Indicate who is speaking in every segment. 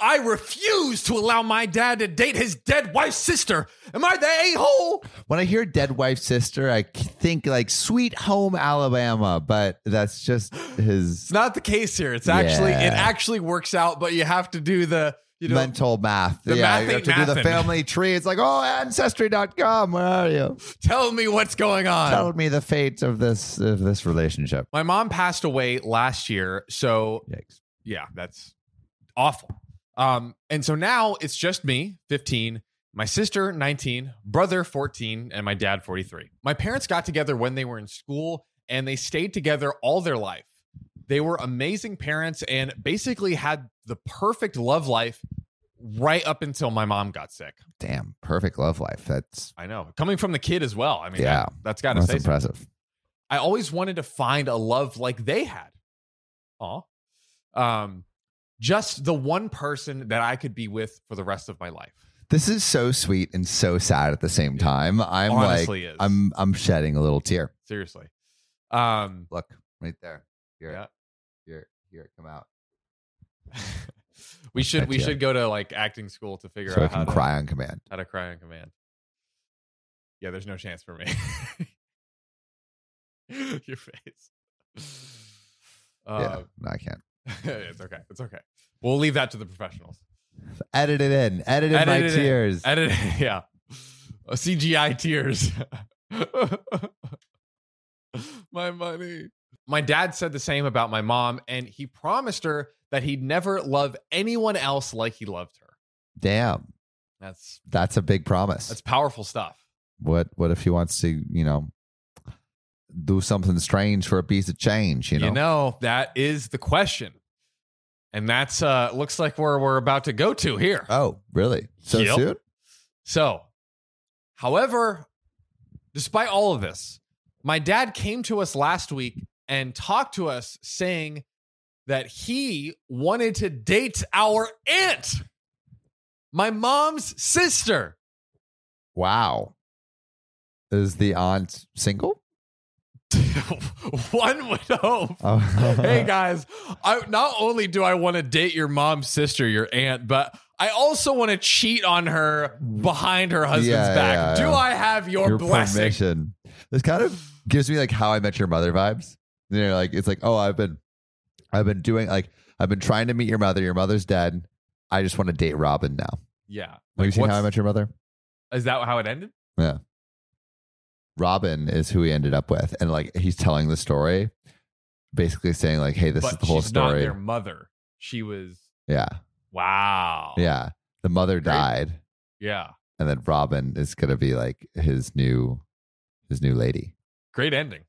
Speaker 1: I refuse to allow my dad to date his dead wife's sister. Am I the a hole?
Speaker 2: When I hear Dead Wife Sister, I think like Sweet Home Alabama, but that's just his
Speaker 1: It's not the case here. It's actually it
Speaker 2: Yeah.
Speaker 1: actually works out, but you have to do the you know
Speaker 2: mental math.
Speaker 1: The
Speaker 2: yeah,
Speaker 1: math
Speaker 2: you have
Speaker 1: ain't
Speaker 2: to do the
Speaker 1: mathin'.
Speaker 2: family tree. It's like, oh, ancestry.com, where are you?
Speaker 1: tell me what's going on.
Speaker 2: Tell me the fate of this of this relationship.
Speaker 1: My mom passed away last year, so
Speaker 2: Yikes.
Speaker 1: yeah, that's awful. Um, and so now it's just me, 15, my sister, 19, brother, 14, and my dad, 43. My parents got together when they were in school and they stayed together all their life. They were amazing parents and basically had the perfect love life right up until my mom got sick.
Speaker 2: Damn, perfect love life. That's
Speaker 1: I know. Coming from the kid as well. I mean,
Speaker 2: Yeah.
Speaker 1: that, that's got to
Speaker 2: that's
Speaker 1: say something.
Speaker 2: impressive.
Speaker 1: I always wanted to find a love like they had. Aw. Um, just the one person that I could be with for the rest of my life.
Speaker 2: This is so sweet and so sad at the same time. I'm
Speaker 1: Honestly
Speaker 2: like
Speaker 1: is.
Speaker 2: I'm I'm shedding a little tear.
Speaker 1: Seriously. Um,
Speaker 2: Look, right there. Here.
Speaker 1: Yeah.
Speaker 2: Here, here it come out.
Speaker 1: we should we
Speaker 2: Gotcha.
Speaker 1: should go to like acting school to figure
Speaker 2: So I
Speaker 1: out how
Speaker 2: can
Speaker 1: to,
Speaker 2: cry on command.
Speaker 1: how to cry on command. Yeah, there's no chance for me. Your face.
Speaker 2: yeah.
Speaker 1: Uh,
Speaker 2: No, I can't.
Speaker 1: it's okay. It's okay. We'll leave that to the professionals.
Speaker 2: Edit it in. Edit in my
Speaker 1: Edit it in.
Speaker 2: tears.
Speaker 1: Edit, yeah. Uh, CGI tears. my money. My dad said the same about my mom, and he promised her that he'd never love anyone else like he loved her.
Speaker 2: Damn.
Speaker 1: That's
Speaker 2: That's a big promise.
Speaker 1: that's powerful stuff.
Speaker 2: what what if he wants to, you know, do something strange for a piece of change, you know?
Speaker 1: that is the question. And that's uh looks like where we're about to go to here.
Speaker 2: Oh, really? So
Speaker 1: Yep.
Speaker 2: soon?
Speaker 1: So, however, despite all of this, my dad came to us last week and talked to us saying that he wanted to date our aunt, my mom's sister.
Speaker 2: Wow. Is the aunt single?
Speaker 1: One would hope.
Speaker 2: Oh.
Speaker 1: hey guys, I not only do I want to date your mom's sister, your aunt, but I also want to cheat on her behind her husband's
Speaker 2: Yeah,
Speaker 1: back.
Speaker 2: yeah,
Speaker 1: Do
Speaker 2: yeah.
Speaker 1: I have your, blessing?
Speaker 2: permission. This kind of gives me like how I met your mother vibes. You know, like it's like, oh, I've been, I've been doing like I've been trying to meet your mother. Your mother's dead. I just want to date Robin now. Have
Speaker 1: Yeah.
Speaker 2: you
Speaker 1: Like,
Speaker 2: seen
Speaker 1: what's-
Speaker 2: how I met your mother?
Speaker 1: Is that how it ended?
Speaker 2: Robin is who he ended up with, and like he's telling the story, basically saying like, hey, this
Speaker 1: but
Speaker 2: is the whole
Speaker 1: she's not
Speaker 2: story.
Speaker 1: their mother. She was
Speaker 2: Yeah,
Speaker 1: wow.
Speaker 2: yeah. The mother
Speaker 1: Great.
Speaker 2: died,
Speaker 1: Yeah.
Speaker 2: and then Robin is gonna be like his new, his new lady.
Speaker 1: Great ending.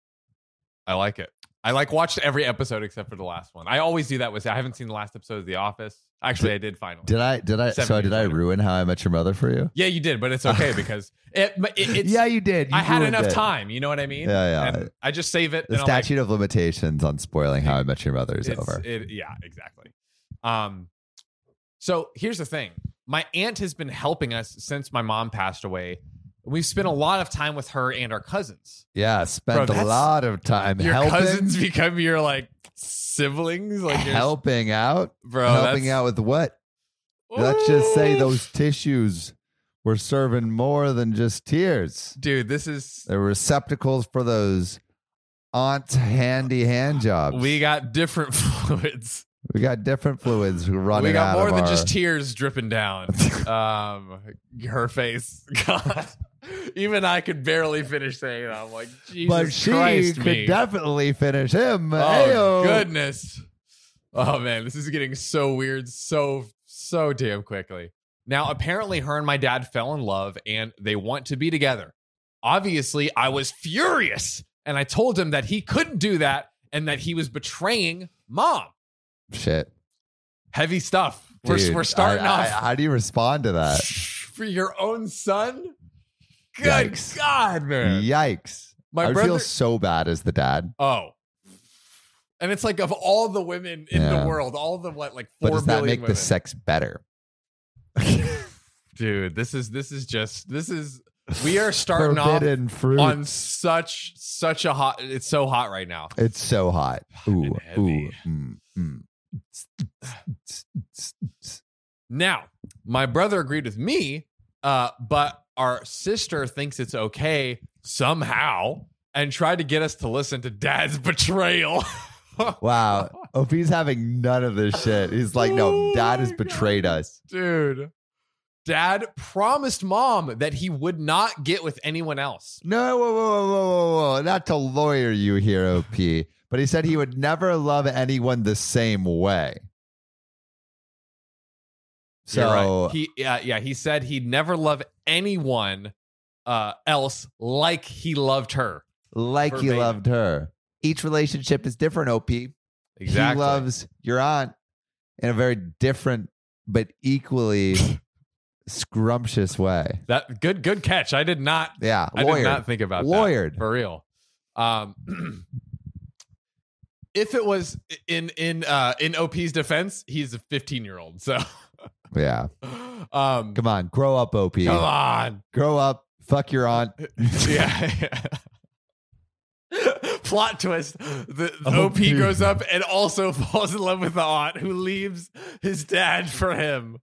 Speaker 1: I like it. I like watched every episode except for the last one. I always do that with I haven't seen the last episode of The Office. Actually, I did finally.
Speaker 2: Did I? Did I?
Speaker 1: Seven
Speaker 2: so
Speaker 1: years
Speaker 2: did I
Speaker 1: later.
Speaker 2: ruin how I met your mother for you?
Speaker 1: yeah, you did, but it's okay because it, but it it's
Speaker 2: yeah, you did. You
Speaker 1: I had
Speaker 2: ruined
Speaker 1: enough
Speaker 2: it.
Speaker 1: time, you know what I mean?
Speaker 2: Yeah, yeah.
Speaker 1: And I just save it
Speaker 2: The
Speaker 1: and I'm like,
Speaker 2: statute of limitations on spoiling How I Met Your Mother is
Speaker 1: it's-
Speaker 2: over.
Speaker 1: It, yeah, exactly. Um, so here's the thing: my aunt has been helping us since my mom passed away. We've spent a lot of time with her and our cousins.
Speaker 2: yeah, spent a
Speaker 1: that's-
Speaker 2: lot of time
Speaker 1: your
Speaker 2: helping,
Speaker 1: cousins become your like siblings, like your-
Speaker 2: helping out,
Speaker 1: bro,
Speaker 2: helping
Speaker 1: that's-
Speaker 2: out with what? Let's just say
Speaker 1: Ooh.
Speaker 2: those tissues were serving more than just tears.
Speaker 1: dude. This is
Speaker 2: They're receptacles for those aunt handy hand jobs.
Speaker 1: we got different fluids.
Speaker 2: we got different fluids running
Speaker 1: we got
Speaker 2: out
Speaker 1: more
Speaker 2: of
Speaker 1: than
Speaker 2: our-
Speaker 1: just tears dripping down. um, her face, God. Even I could barely finish saying that. I'm like, Jesus
Speaker 2: but she
Speaker 1: Christ,
Speaker 2: could
Speaker 1: me.
Speaker 2: definitely finish him.
Speaker 1: Oh
Speaker 2: Ayo.
Speaker 1: goodness. Oh man, this is getting so weird so so damn quickly. Now apparently her and my dad fell in love and they want to be together. Obviously, I was furious and I told him that he couldn't do that and that he was betraying mom.
Speaker 2: Shit.
Speaker 1: Heavy stuff. We're,
Speaker 2: Dude,
Speaker 1: we're starting
Speaker 2: I- uh, I-
Speaker 1: off
Speaker 2: how do you respond to that?
Speaker 1: for your own son? Good
Speaker 2: Yikes.
Speaker 1: God, man.
Speaker 2: Yikes.
Speaker 1: My
Speaker 2: I would
Speaker 1: brother
Speaker 2: feel so bad as the dad.
Speaker 1: Oh. And it's like of all the women in
Speaker 2: Yeah.
Speaker 1: the world, all the what like
Speaker 2: But
Speaker 1: four
Speaker 2: does
Speaker 1: billion
Speaker 2: that make
Speaker 1: women.
Speaker 2: the sex better?
Speaker 1: Dude, this is this is just this is we are starting off
Speaker 2: Forbidden fruit.
Speaker 1: on such such a hot it's so hot right now.
Speaker 2: it's so mm, hot. Ooh, ooh.
Speaker 1: heavy.
Speaker 2: Mm, mm.
Speaker 1: Now, my brother agreed with me, uh, but our sister thinks it's okay somehow and tried to get us to listen to dad's betrayal.
Speaker 2: Wow. OP's having none of this shit. He's like,
Speaker 1: Oh
Speaker 2: no, dad has
Speaker 1: my God.
Speaker 2: betrayed us.
Speaker 1: Dude, dad promised mom that he would not get with anyone else.
Speaker 2: No, whoa, whoa, whoa, whoa, whoa, whoa. Not to lawyer you here, OP. But he said he would never love anyone the same way. So
Speaker 1: You're right. he, uh, yeah, he said he'd never love anyone uh, else like he loved her.
Speaker 2: like he
Speaker 1: Verbatim.
Speaker 2: loved her. Each relationship is different, OP. He loves your aunt in a very different but equally scrumptious way.
Speaker 1: that. Good, good catch. I did not.
Speaker 2: Yeah.
Speaker 1: I did
Speaker 2: lawyer.
Speaker 1: not think about that.
Speaker 2: Lawyered.
Speaker 1: for real. Um, if it was in in uh, in OP's defense, he's a 15 year old. So,
Speaker 2: Yeah.
Speaker 1: um,
Speaker 2: Come on. Grow up, OP.
Speaker 1: come on,
Speaker 2: Grow up. Fuck your aunt.
Speaker 1: yeah. Plot twist: the, the
Speaker 2: Oh,
Speaker 1: OP
Speaker 2: dude.
Speaker 1: grows up and also falls in love with the aunt, who leaves his dad for him.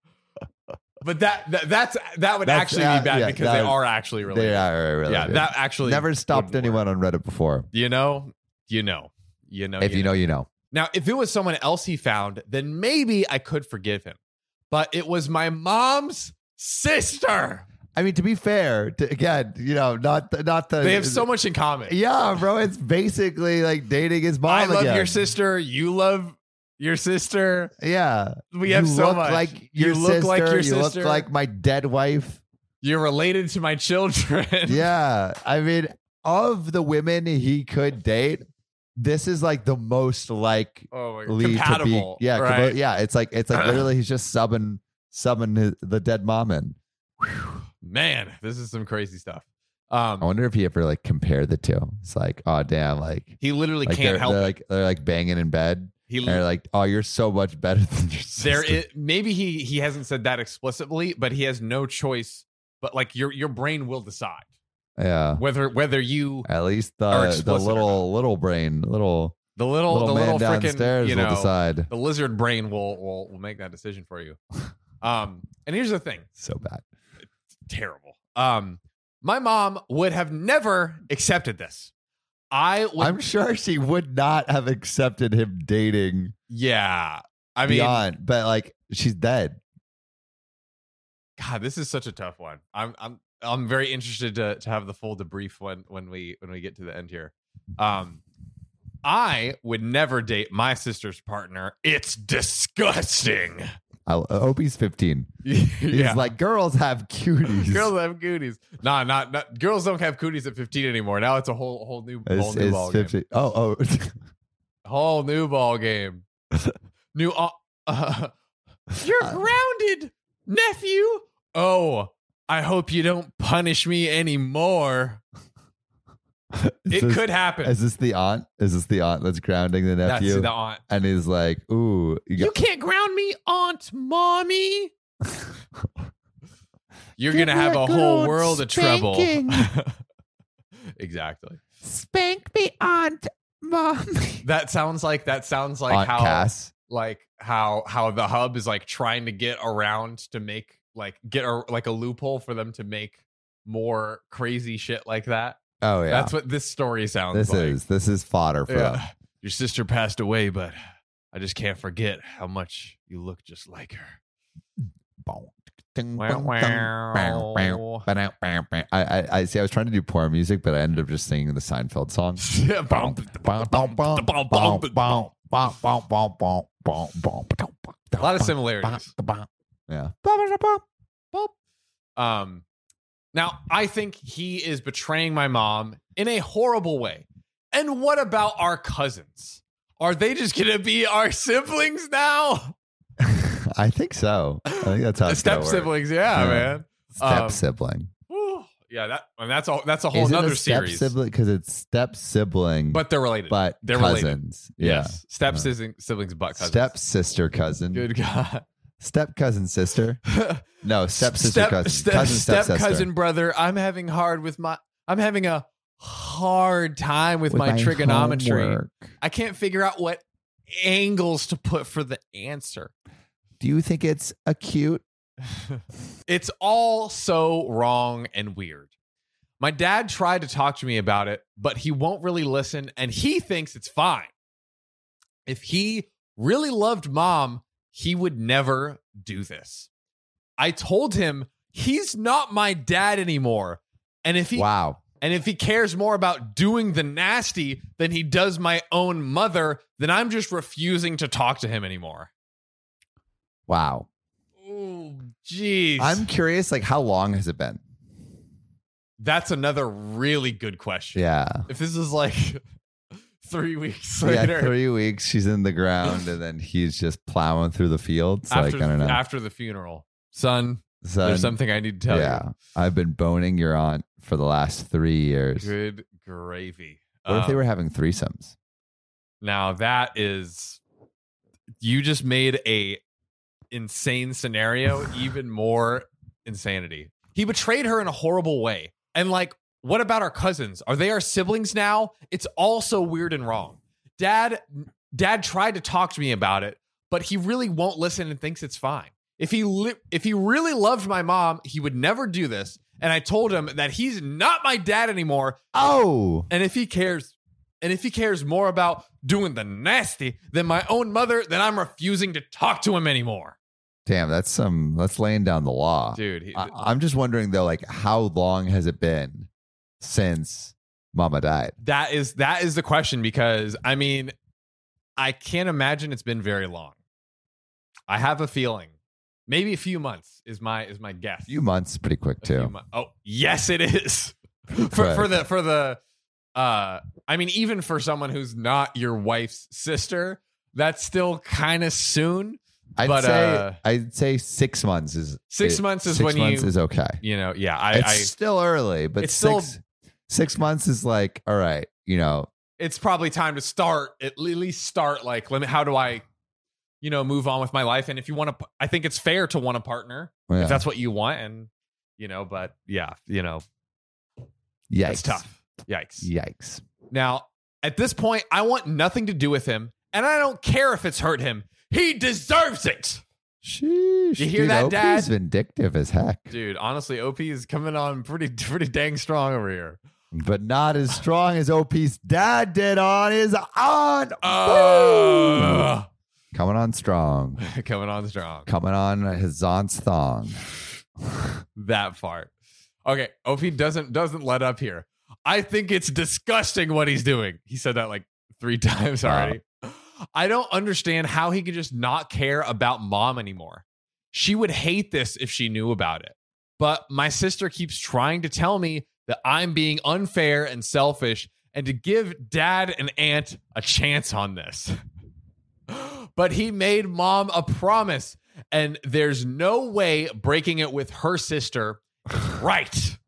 Speaker 1: But that, that that's that would
Speaker 2: That's-
Speaker 1: actually
Speaker 2: uh,
Speaker 1: be bad
Speaker 2: yeah,
Speaker 1: because
Speaker 2: that
Speaker 1: they
Speaker 2: would-
Speaker 1: are actually related.
Speaker 2: They are really.
Speaker 1: yeah, that actually
Speaker 2: never stopped
Speaker 1: wouldn't work.
Speaker 2: anyone on Reddit before.
Speaker 1: You know, you know, you know.
Speaker 2: if you know, you know.
Speaker 1: Now, if it was someone else he found, then maybe I could forgive him. But it was my mom's sister.
Speaker 2: I mean, to be fair, to, again, you know, not the, not the.
Speaker 1: They have so much in common.
Speaker 2: Yeah, bro, it's basically like dating his mom.
Speaker 1: I love
Speaker 2: again.
Speaker 1: your sister. You love your sister.
Speaker 2: Yeah,
Speaker 1: We have
Speaker 2: you
Speaker 1: so
Speaker 2: look
Speaker 1: much.
Speaker 2: Like your
Speaker 1: you look
Speaker 2: sister,
Speaker 1: like your
Speaker 2: you
Speaker 1: sister.
Speaker 2: look like my dead wife.
Speaker 1: You're related to my children.
Speaker 2: yeah, I mean, of the women he could date, this is like the most like
Speaker 1: Oh my god.
Speaker 2: Lee
Speaker 1: Compatible.
Speaker 2: to be, yeah, compa-
Speaker 1: Right?
Speaker 2: yeah. It's like it's like literally he's just subbing subbing his, the dead mom in.
Speaker 1: Man, this is some crazy stuff.
Speaker 2: I
Speaker 1: Um,
Speaker 2: wonder if he ever like compared the two. It's like, oh damn, like,
Speaker 1: he literally
Speaker 2: like
Speaker 1: can't
Speaker 2: they're,
Speaker 1: help
Speaker 2: they're
Speaker 1: it.
Speaker 2: like they're like banging in bed.
Speaker 1: He
Speaker 2: And they're like, oh, you're so much better than your sister.
Speaker 1: there is maybe he he hasn't said that explicitly, but he has no choice. But like your your brain will decide
Speaker 2: yeah.
Speaker 1: whether whether you
Speaker 2: At least
Speaker 1: Are
Speaker 2: the the
Speaker 1: explicit or
Speaker 2: little little brain, little
Speaker 1: the little,
Speaker 2: little,
Speaker 1: the
Speaker 2: man
Speaker 1: little freaking
Speaker 2: downstairs
Speaker 1: you know
Speaker 2: will decide.
Speaker 1: the lizard brain will will will make that decision for you. Um, and here's the thing,
Speaker 2: So bad.
Speaker 1: terrible. Um, my mom would have never accepted this. I would,
Speaker 2: I'm sure she would not have accepted him dating
Speaker 1: yeah. I mean,
Speaker 2: beyond, but like she's dead.
Speaker 1: God, this is such a tough one. I'm I'm I'm very interested to to have the full debrief when when we when we get to the end here. Um I would never date my sister's partner. It's disgusting.
Speaker 2: I, Opie's 15. He's
Speaker 1: yeah.
Speaker 2: like, girls have cuties.
Speaker 1: Girls have cooties. Nah, not, not girls don't have cooties at 15 anymore. Now it's a whole whole new whole
Speaker 2: It's,
Speaker 1: new
Speaker 2: it's
Speaker 1: ball game.
Speaker 2: 15. Oh, oh.
Speaker 1: Whole new ball game. new uh, uh, You're grounded, nephew. Oh, I hope you don't punish me anymore.
Speaker 2: Is
Speaker 1: It
Speaker 2: this-
Speaker 1: could happen.
Speaker 2: Is this the aunt? Is this the aunt that's grounding the
Speaker 1: That's
Speaker 2: nephew?
Speaker 1: the aunt.
Speaker 2: and he's like, ooh, you
Speaker 1: You
Speaker 2: got-
Speaker 1: can't ground me, Aunt Mommy. You're
Speaker 2: Give
Speaker 1: gonna
Speaker 2: me
Speaker 1: have
Speaker 2: a
Speaker 1: a
Speaker 2: good
Speaker 1: whole
Speaker 2: old
Speaker 1: world of trouble. exactly.
Speaker 2: spank me, aunt, mom.
Speaker 1: That sounds like that sounds like
Speaker 2: aunt
Speaker 1: how
Speaker 2: Cass.
Speaker 1: like how how the hub is like trying to get around to make like get a, like a loophole for them to make more crazy shit like that.
Speaker 2: Oh yeah,
Speaker 1: That's what this story sounds
Speaker 2: this
Speaker 1: like.
Speaker 2: is this is fodder for.
Speaker 1: Yeah.
Speaker 2: him.
Speaker 1: Your sister passed away, but I just can't forget how much you look just like her.
Speaker 2: Bow, ding,
Speaker 1: Wow,
Speaker 2: bong, dong, bow, bow,
Speaker 1: wow.
Speaker 2: ba-dow, bow, bow. I, I I see. I was trying to do porn music, but I ended up just singing the Seinfeld song.
Speaker 1: Yeah, bum, bum, bum, bum, bum, bum, bum. A
Speaker 2: A
Speaker 1: lot of similarities.
Speaker 2: Yeah.
Speaker 1: Um, now I think he is betraying my mom in a horrible way. And what about our cousins? Are they just gonna be our siblings now?
Speaker 2: I think so. I think that's how it's
Speaker 1: Step
Speaker 2: gonna work.
Speaker 1: siblings, yeah,
Speaker 2: Yeah.
Speaker 1: man.
Speaker 2: Step
Speaker 1: Um,
Speaker 2: sibling.
Speaker 1: Whew. Yeah, that and that's all. That's a whole
Speaker 2: Is it
Speaker 1: nother
Speaker 2: a step
Speaker 1: series.
Speaker 2: sibling? Because it's step sibling, but
Speaker 1: But they're related.
Speaker 2: but
Speaker 1: they're related.
Speaker 2: cousins.
Speaker 1: Yes, step sibling- siblings, but
Speaker 2: Yeah.
Speaker 1: cousins.
Speaker 2: Step sister cousin.
Speaker 1: Good God.
Speaker 2: Step cousin sister. No, step sister
Speaker 1: step,
Speaker 2: cousin.
Speaker 1: Step,
Speaker 2: cousin
Speaker 1: step,
Speaker 2: step, sister.
Speaker 1: cousin brother. I'm having hard with my. I'm having a hard time with, my, trigonometry.
Speaker 2: homework.
Speaker 1: I can't figure out what angles to put for the answer.
Speaker 2: Do you think it's a cute?
Speaker 1: it's all so wrong and weird. My dad tried to talk to me about it, but he won't really listen and he thinks it's fine. If he really loved mom, he would never do this. I told him he's not my dad anymore. And if he
Speaker 2: Wow.
Speaker 1: and if he cares more about doing the nasty than he does my own mother, then I'm just refusing to talk to him anymore.
Speaker 2: Wow.
Speaker 1: Oh, jeez.
Speaker 2: I'm curious, like, how long has it been?
Speaker 1: That's another really good question.
Speaker 2: Yeah.
Speaker 1: If this is like three weeks
Speaker 2: Yeah,
Speaker 1: later,
Speaker 2: three weeks. She's in the ground, and then he's just plowing through the fields. Like
Speaker 1: after,
Speaker 2: I don't know.
Speaker 1: after the funeral, son,
Speaker 2: Son,
Speaker 1: there's something I need to tell
Speaker 2: yeah, I've been boning your aunt for the last three
Speaker 1: you.
Speaker 2: years.
Speaker 1: Good gravy.
Speaker 2: What if they
Speaker 1: Um,
Speaker 2: were having threesomes?
Speaker 1: Now that is you just made a insane scenario even more insanity. He betrayed her in a horrible way. And like what about our cousins? Are they our siblings now? It's all so weird and wrong. Dad dad tried to talk to me about it, but he really won't listen and thinks it's fine. If he li- if he really loved my mom, he would never do this. And I told him that he's not my dad anymore
Speaker 2: Oh,
Speaker 1: and if he cares, and if he cares more about doing the nasty than my own mother, then I'm refusing to talk to him anymore.
Speaker 2: damn, that's some. That's laying down the law.
Speaker 1: Dude, he,
Speaker 2: I, I'm just wondering though, like, how long has it been since Mama died?
Speaker 1: that is that is the question because I mean, I can't imagine it's been very long. I have a feeling, maybe a few months is my is my guess.
Speaker 2: A few months, pretty quick
Speaker 1: A few
Speaker 2: too.
Speaker 1: mon- oh, yes, it is for for the for the. Uh, I mean, even for someone who's not your wife's sister, that's still kind of soon.
Speaker 2: I'd
Speaker 1: but,
Speaker 2: say
Speaker 1: uh,
Speaker 2: I'd say six months is
Speaker 1: Six
Speaker 2: it-
Speaker 1: months is
Speaker 2: six
Speaker 1: when
Speaker 2: months
Speaker 1: you
Speaker 2: is okay.
Speaker 1: you know yeah i
Speaker 2: it's
Speaker 1: I,
Speaker 2: still early, but
Speaker 1: It's still-
Speaker 2: six six months is like all right. You know,
Speaker 1: it's probably time to start at le- at least start like let me how do i you know move on with my life and if you want to i think it's fair to want a partner
Speaker 2: yeah.
Speaker 1: if that's what you want and you know but yeah you know
Speaker 2: yikes,
Speaker 1: that's tough yikes
Speaker 2: Yikes.
Speaker 1: now at this point i want nothing to do with him and i don't care if it's hurt him he deserves it
Speaker 2: Sheesh.
Speaker 1: You hear
Speaker 2: dude,
Speaker 1: that,
Speaker 2: OP's
Speaker 1: Dad?
Speaker 2: vindictive as heck,
Speaker 1: dude honestly op is coming on pretty pretty dang strong over here
Speaker 2: but not as strong as OP's dad did on his aunt.
Speaker 1: uh,
Speaker 2: Coming on strong.
Speaker 1: coming on strong
Speaker 2: Coming on his aunt's thong.
Speaker 1: that part. Okay, OP doesn't doesn't let up here. I think it's disgusting what he's doing. He said that like three times
Speaker 2: Wow.
Speaker 1: already. I don't understand how he could just not care about mom anymore. She would hate this if she knew about it. But my sister keeps trying to tell me that I'm being unfair and selfish and to give dad and aunt a chance on this. But he made mom a promise and there's no way breaking it with her sister is right.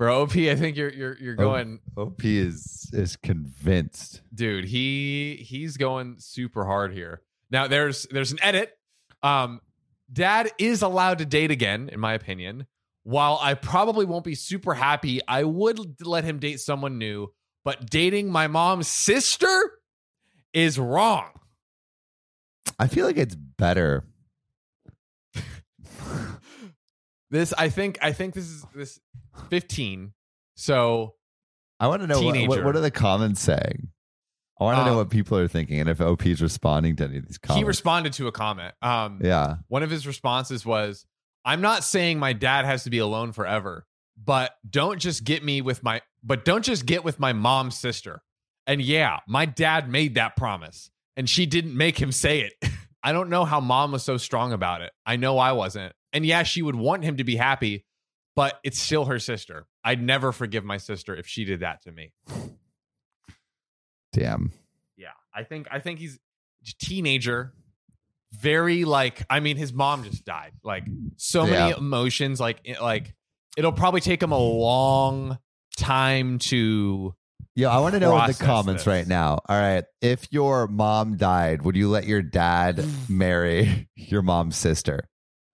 Speaker 1: Bro, OP, I think you're you're you're
Speaker 2: Oh.
Speaker 1: going,
Speaker 2: OP is is convinced.
Speaker 1: dude. He he's going super hard here. Now there's there's an edit. Um, Dad is allowed to date again, in my opinion. While I probably won't be super happy, I would let him date someone new. But dating my mom's sister is wrong.
Speaker 2: I feel like it's better.
Speaker 1: This I think I think this is this 15. So
Speaker 2: I want to know what, what,
Speaker 1: Teenager.
Speaker 2: what are the comments saying. I want to know
Speaker 1: Um,
Speaker 2: what people are thinking and if OP is responding to any of these comments.
Speaker 1: he responded to a comment. Um,
Speaker 2: yeah,
Speaker 1: One of his responses was, "I'm not saying my dad has to be alone forever, but don't just get me with my, but don't just get with my mom's sister." And yeah, my dad made that promise, and she didn't make him say it. I don't know how mom was so strong about it. I know I wasn't. And yeah, she would want him to be happy, but it's still her sister. I'd never forgive my sister if she did that to me.
Speaker 2: damn.
Speaker 1: yeah i think i think he's a teenager very like i mean his mom just died like so many
Speaker 2: Yeah.
Speaker 1: emotions like it, like it'll probably take him a long time to
Speaker 2: Yeah, I want to know in the
Speaker 1: process
Speaker 2: comments
Speaker 1: this.
Speaker 2: right now. All right, if your mom died, would you let your dad marry your mom's sister?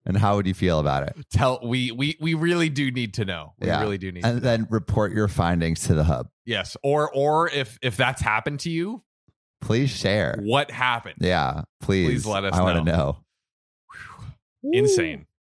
Speaker 2: And how would you feel about it?
Speaker 1: tell we we we really do need to know we
Speaker 2: Yeah.
Speaker 1: really do need
Speaker 2: And
Speaker 1: to know.
Speaker 2: then report your findings to the hub.
Speaker 1: yes or or if if that's happened to you
Speaker 2: Please share.
Speaker 1: what happened
Speaker 2: Yeah, please.
Speaker 1: Please let us
Speaker 2: I want to
Speaker 1: know.
Speaker 2: know.
Speaker 1: Insane.